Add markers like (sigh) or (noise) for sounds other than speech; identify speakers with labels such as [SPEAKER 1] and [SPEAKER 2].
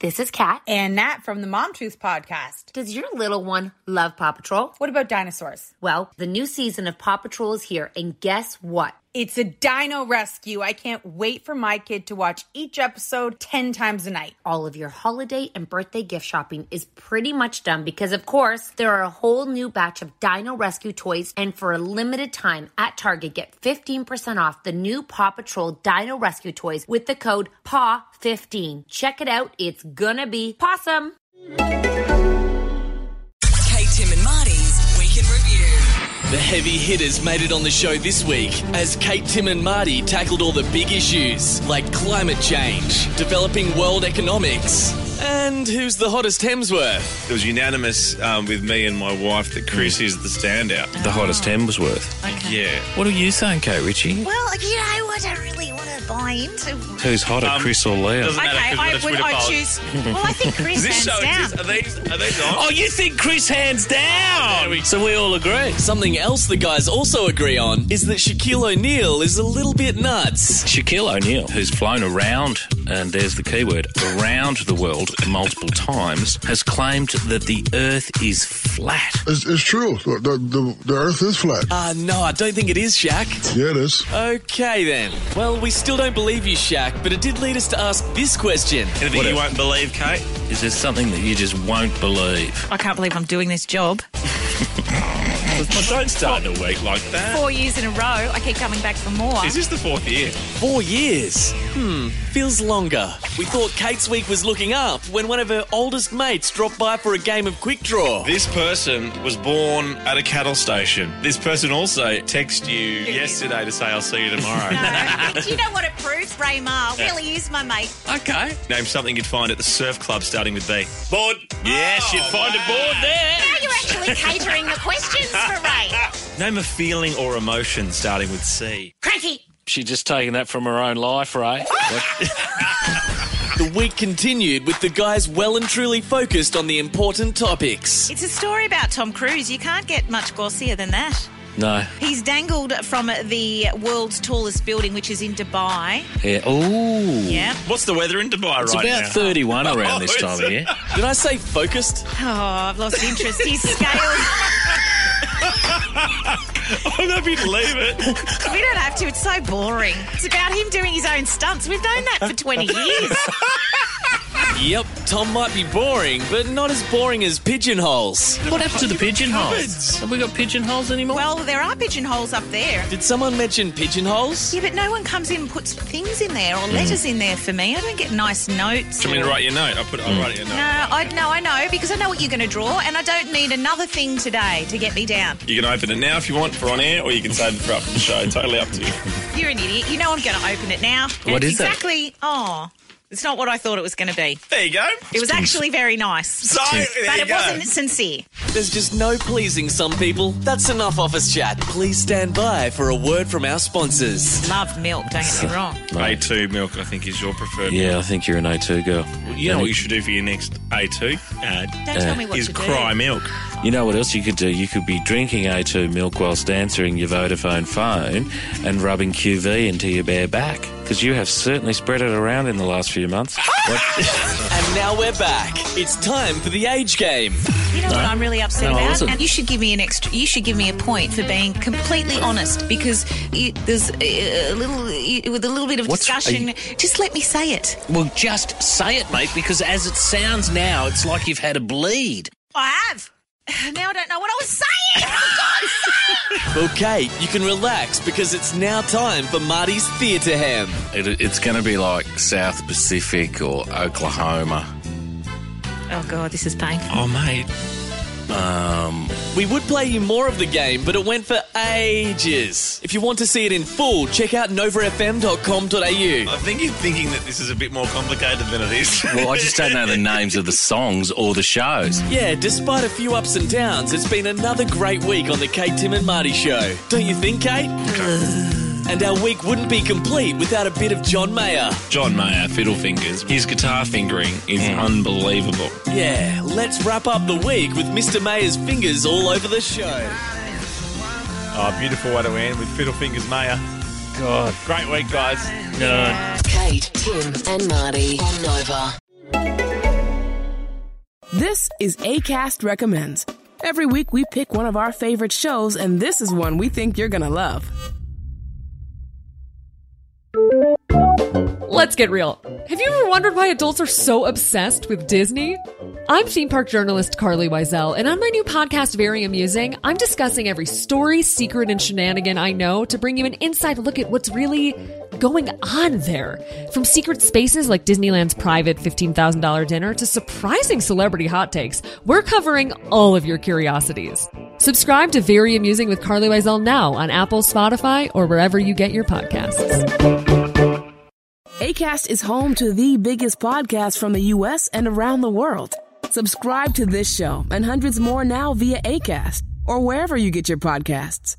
[SPEAKER 1] This is Kat.
[SPEAKER 2] And Nat from the Mom Truth podcast.
[SPEAKER 1] Does your little one love Paw Patrol?
[SPEAKER 2] What about dinosaurs?
[SPEAKER 1] Well, the new season of Paw Patrol is here, and guess what?
[SPEAKER 2] It's a dino rescue. I can't wait for my kid to watch each episode 10 times a night.
[SPEAKER 1] All of your holiday and birthday gift shopping is pretty much done because, of course, there are a whole new batch of Dino Rescue toys. And for a limited time at Target, get 15% off the new Paw Patrol Dino Rescue toys with the code PAW15. Check it out. It's gonna be possum.
[SPEAKER 3] Kate, Tim, and Marty's Week in Review.
[SPEAKER 4] The heavy hitters made it on the show this week as Kate, Tim, and Marty tackled all the big issues like climate change, developing world economics, and who's the hottest Hemsworth.
[SPEAKER 5] It was unanimous um, with me and my wife that Chris is the standout.
[SPEAKER 6] The hottest Hemsworth.
[SPEAKER 5] Yeah.
[SPEAKER 6] What are you saying, Kate Ritchie?
[SPEAKER 7] Well, like, you know what? I really want to buy into.
[SPEAKER 6] Who's hotter,
[SPEAKER 5] Um,
[SPEAKER 6] Chris or Leo?
[SPEAKER 5] doesn't- matter, 'cause
[SPEAKER 2] I
[SPEAKER 5] it's
[SPEAKER 2] would
[SPEAKER 5] Twitter
[SPEAKER 2] I
[SPEAKER 5] polls.
[SPEAKER 2] choose.
[SPEAKER 7] Well,
[SPEAKER 5] (laughs)
[SPEAKER 7] I think Chris
[SPEAKER 5] Is this
[SPEAKER 7] hands
[SPEAKER 5] show,
[SPEAKER 7] down.
[SPEAKER 5] is this, are these, are these on?
[SPEAKER 6] Oh, you think Chris hands down?
[SPEAKER 5] we-
[SPEAKER 6] so we all agree.
[SPEAKER 4] Something else the guys also agree on is that Shaquille O'Neal is a little bit nuts.
[SPEAKER 6] Shaquille O'Neal, who's flown around, and there's the keyword, around the world multiple times, has claimed that the Earth is flat.
[SPEAKER 8] It's, it's true. The, the, the earth is flat.
[SPEAKER 4] Ah, no, I don't think it is Shaq.
[SPEAKER 8] Yeah, it is.
[SPEAKER 4] Okay then. Well, we still don't believe you, Shaq, but it did lead us to ask this question.
[SPEAKER 5] Anything
[SPEAKER 6] What
[SPEAKER 5] you
[SPEAKER 6] else?
[SPEAKER 5] won't believe, Kate?
[SPEAKER 6] Is there something that you just won't believe?
[SPEAKER 7] I can't believe I'm doing this job.
[SPEAKER 5] Well, don't start the week like that.
[SPEAKER 7] Four years in a row, I keep coming back for more. (laughs)
[SPEAKER 5] Is this the fourth year?
[SPEAKER 4] Four years? Hmm, feels longer. We thought Kate's week was looking up when one of her oldest mates dropped by for a game of quick draw.
[SPEAKER 5] This person was born at a cattle station. This person also texted you yesterday to say, I'll see you tomorrow.
[SPEAKER 7] No. Do you know what it proves? Ray Ma really is my mate.
[SPEAKER 6] Okay.
[SPEAKER 5] Name something you'd find at the surf club starting with B. Board. Yes,
[SPEAKER 6] Oh,
[SPEAKER 5] you'd find a board there.
[SPEAKER 7] Now you're actually catering the questions for Ray.
[SPEAKER 5] Name a feeling or emotion starting with C.
[SPEAKER 7] Cranky.
[SPEAKER 6] She just taking that from her own life, right?
[SPEAKER 4] The week continued with the guys well and truly focused on the important topics.
[SPEAKER 7] It's a story about Tom Cruise. You can't get much gaussier than that.
[SPEAKER 6] no.
[SPEAKER 7] He's dangled from the world's tallest building, which is in Dubai.
[SPEAKER 6] Yeah. Ooh.
[SPEAKER 7] Yeah.
[SPEAKER 5] What's the weather in Dubai
[SPEAKER 6] It's
[SPEAKER 5] right
[SPEAKER 6] about
[SPEAKER 5] now? (laughs)
[SPEAKER 6] 31 around this
[SPEAKER 5] Oh, it's-
[SPEAKER 6] time
[SPEAKER 5] (laughs)
[SPEAKER 6] of year.
[SPEAKER 4] Did I say focused?
[SPEAKER 7] Oh, I've lost interest. He's scaled.
[SPEAKER 5] Oh, that'd be leave it.
[SPEAKER 7] we don't have to. It's so boring. It's about him doing his own stunts. We've known that for
[SPEAKER 5] (laughs)
[SPEAKER 7] 20 years.
[SPEAKER 4] Yep, Tom might be boring, but not as boring as pigeonholes.
[SPEAKER 6] What happened to the pigeonholes? Have we got pigeonholes anymore?
[SPEAKER 7] Well, there are pigeonholes up there.
[SPEAKER 4] Did someone mention pigeonholes?
[SPEAKER 7] Yeah, but no one comes in and puts things in there or letters in there for me. I don't get nice notes.
[SPEAKER 5] Do you want me to write your note? I'll put I'll write your note.
[SPEAKER 7] No, I no, I know because I know what you're going to draw, and I don't need another thing today to get me down.
[SPEAKER 5] You can open it now if you want for on air, or you can save it for after the show. Totally up to you.
[SPEAKER 7] You're an idiot. You know I'm going to open it now. And
[SPEAKER 6] What
[SPEAKER 7] it's
[SPEAKER 6] is it?
[SPEAKER 7] exactly? Oh, it's not what I thought it was going to be.
[SPEAKER 5] There you go.
[SPEAKER 7] It was actually very nice,
[SPEAKER 5] So, there
[SPEAKER 7] but
[SPEAKER 5] you
[SPEAKER 7] it
[SPEAKER 5] go.
[SPEAKER 7] wasn't sincere.
[SPEAKER 4] There's just no pleasing some people. That's enough office chat. Please stand by for a word from our sponsors.
[SPEAKER 7] Love milk. Don't get me wrong.
[SPEAKER 5] A2 milk, I think, is your preferred.
[SPEAKER 6] Yeah, I think you're an A2 girl.
[SPEAKER 5] You know what you should do for your next A2 ad
[SPEAKER 7] Don't tell me what
[SPEAKER 5] is
[SPEAKER 7] to
[SPEAKER 5] cry milk.
[SPEAKER 6] You know what else you could do? You could be drinking A2 milk whilst answering your Vodafone phone and rubbing QV into your bare back because you have certainly spread it around in the last few months.
[SPEAKER 4] And now we're back. It's time for the age game.
[SPEAKER 7] do. You know what I'm really upset
[SPEAKER 6] No, I
[SPEAKER 7] about?
[SPEAKER 6] wasn't.
[SPEAKER 7] And you should give me an extra. You should give me a point for being completely honest because you, there's uh, a, a little you, with a little bit of
[SPEAKER 6] What's- are
[SPEAKER 7] discussion. Just let me say it.
[SPEAKER 6] well, just say it, mate, because as it sounds now, it's like you've had a bleed.
[SPEAKER 7] I have. (sighs) Now I don't know what I was saying. Oh,
[SPEAKER 4] Okay, you can relax because it's now time for Marty's Theatre Ham.
[SPEAKER 9] (laughs) It, it's going to be like South Pacific or Oklahoma.
[SPEAKER 7] God. (laughs) oh God, this is painful.
[SPEAKER 5] Oh, mate.
[SPEAKER 9] Um,
[SPEAKER 4] We would play you more of the game, but it went for ages. If you want to see it in full, check out novafm.com.au.
[SPEAKER 5] I think you're thinking that this is a bit more complicated than it is.
[SPEAKER 9] Well, I just don't know
[SPEAKER 5] (laughs)
[SPEAKER 9] the names of the songs or the shows.
[SPEAKER 4] Yeah, despite a few ups and downs, it's been another great week on the Kate, Tim and Marty show. Don't you think, Kate? and our week wouldn't be complete without a bit of John Mayer.
[SPEAKER 5] John Mayer, Fiddle Fingers. His guitar fingering is unbelievable.
[SPEAKER 4] Yeah, let's wrap up the week with Mr. Mayer's fingers all over the show.
[SPEAKER 5] Oh, beautiful way to end with Fiddle Fingers Mayer. God. Great week, guys.
[SPEAKER 3] Kate, Tim, and Marty on Nova.
[SPEAKER 5] This is ACAST Recommends. Every week we pick one of our favorite shows, and this is one we think you're gonna love.
[SPEAKER 2] Let's get real. Have you ever wondered why adults are so obsessed with Disney? I'm theme park journalist Carly Wiesel, and on my new podcast, Very Amusing, I'm discussing every story, secret, and shenanigan I know to bring you an inside look at what's really going on there. From secret spaces like Disneyland's private $15,000 dinner to surprising celebrity hot takes, we're covering all of your curiosities. Subscribe to Very Amusing with Carly Wiesel now on Apple, Spotify, or wherever you get your podcasts.
[SPEAKER 5] ACAST is home to the biggest podcasts from the US and around the world. Subscribe to this show and hundreds more now via ACAST or wherever you get your podcasts.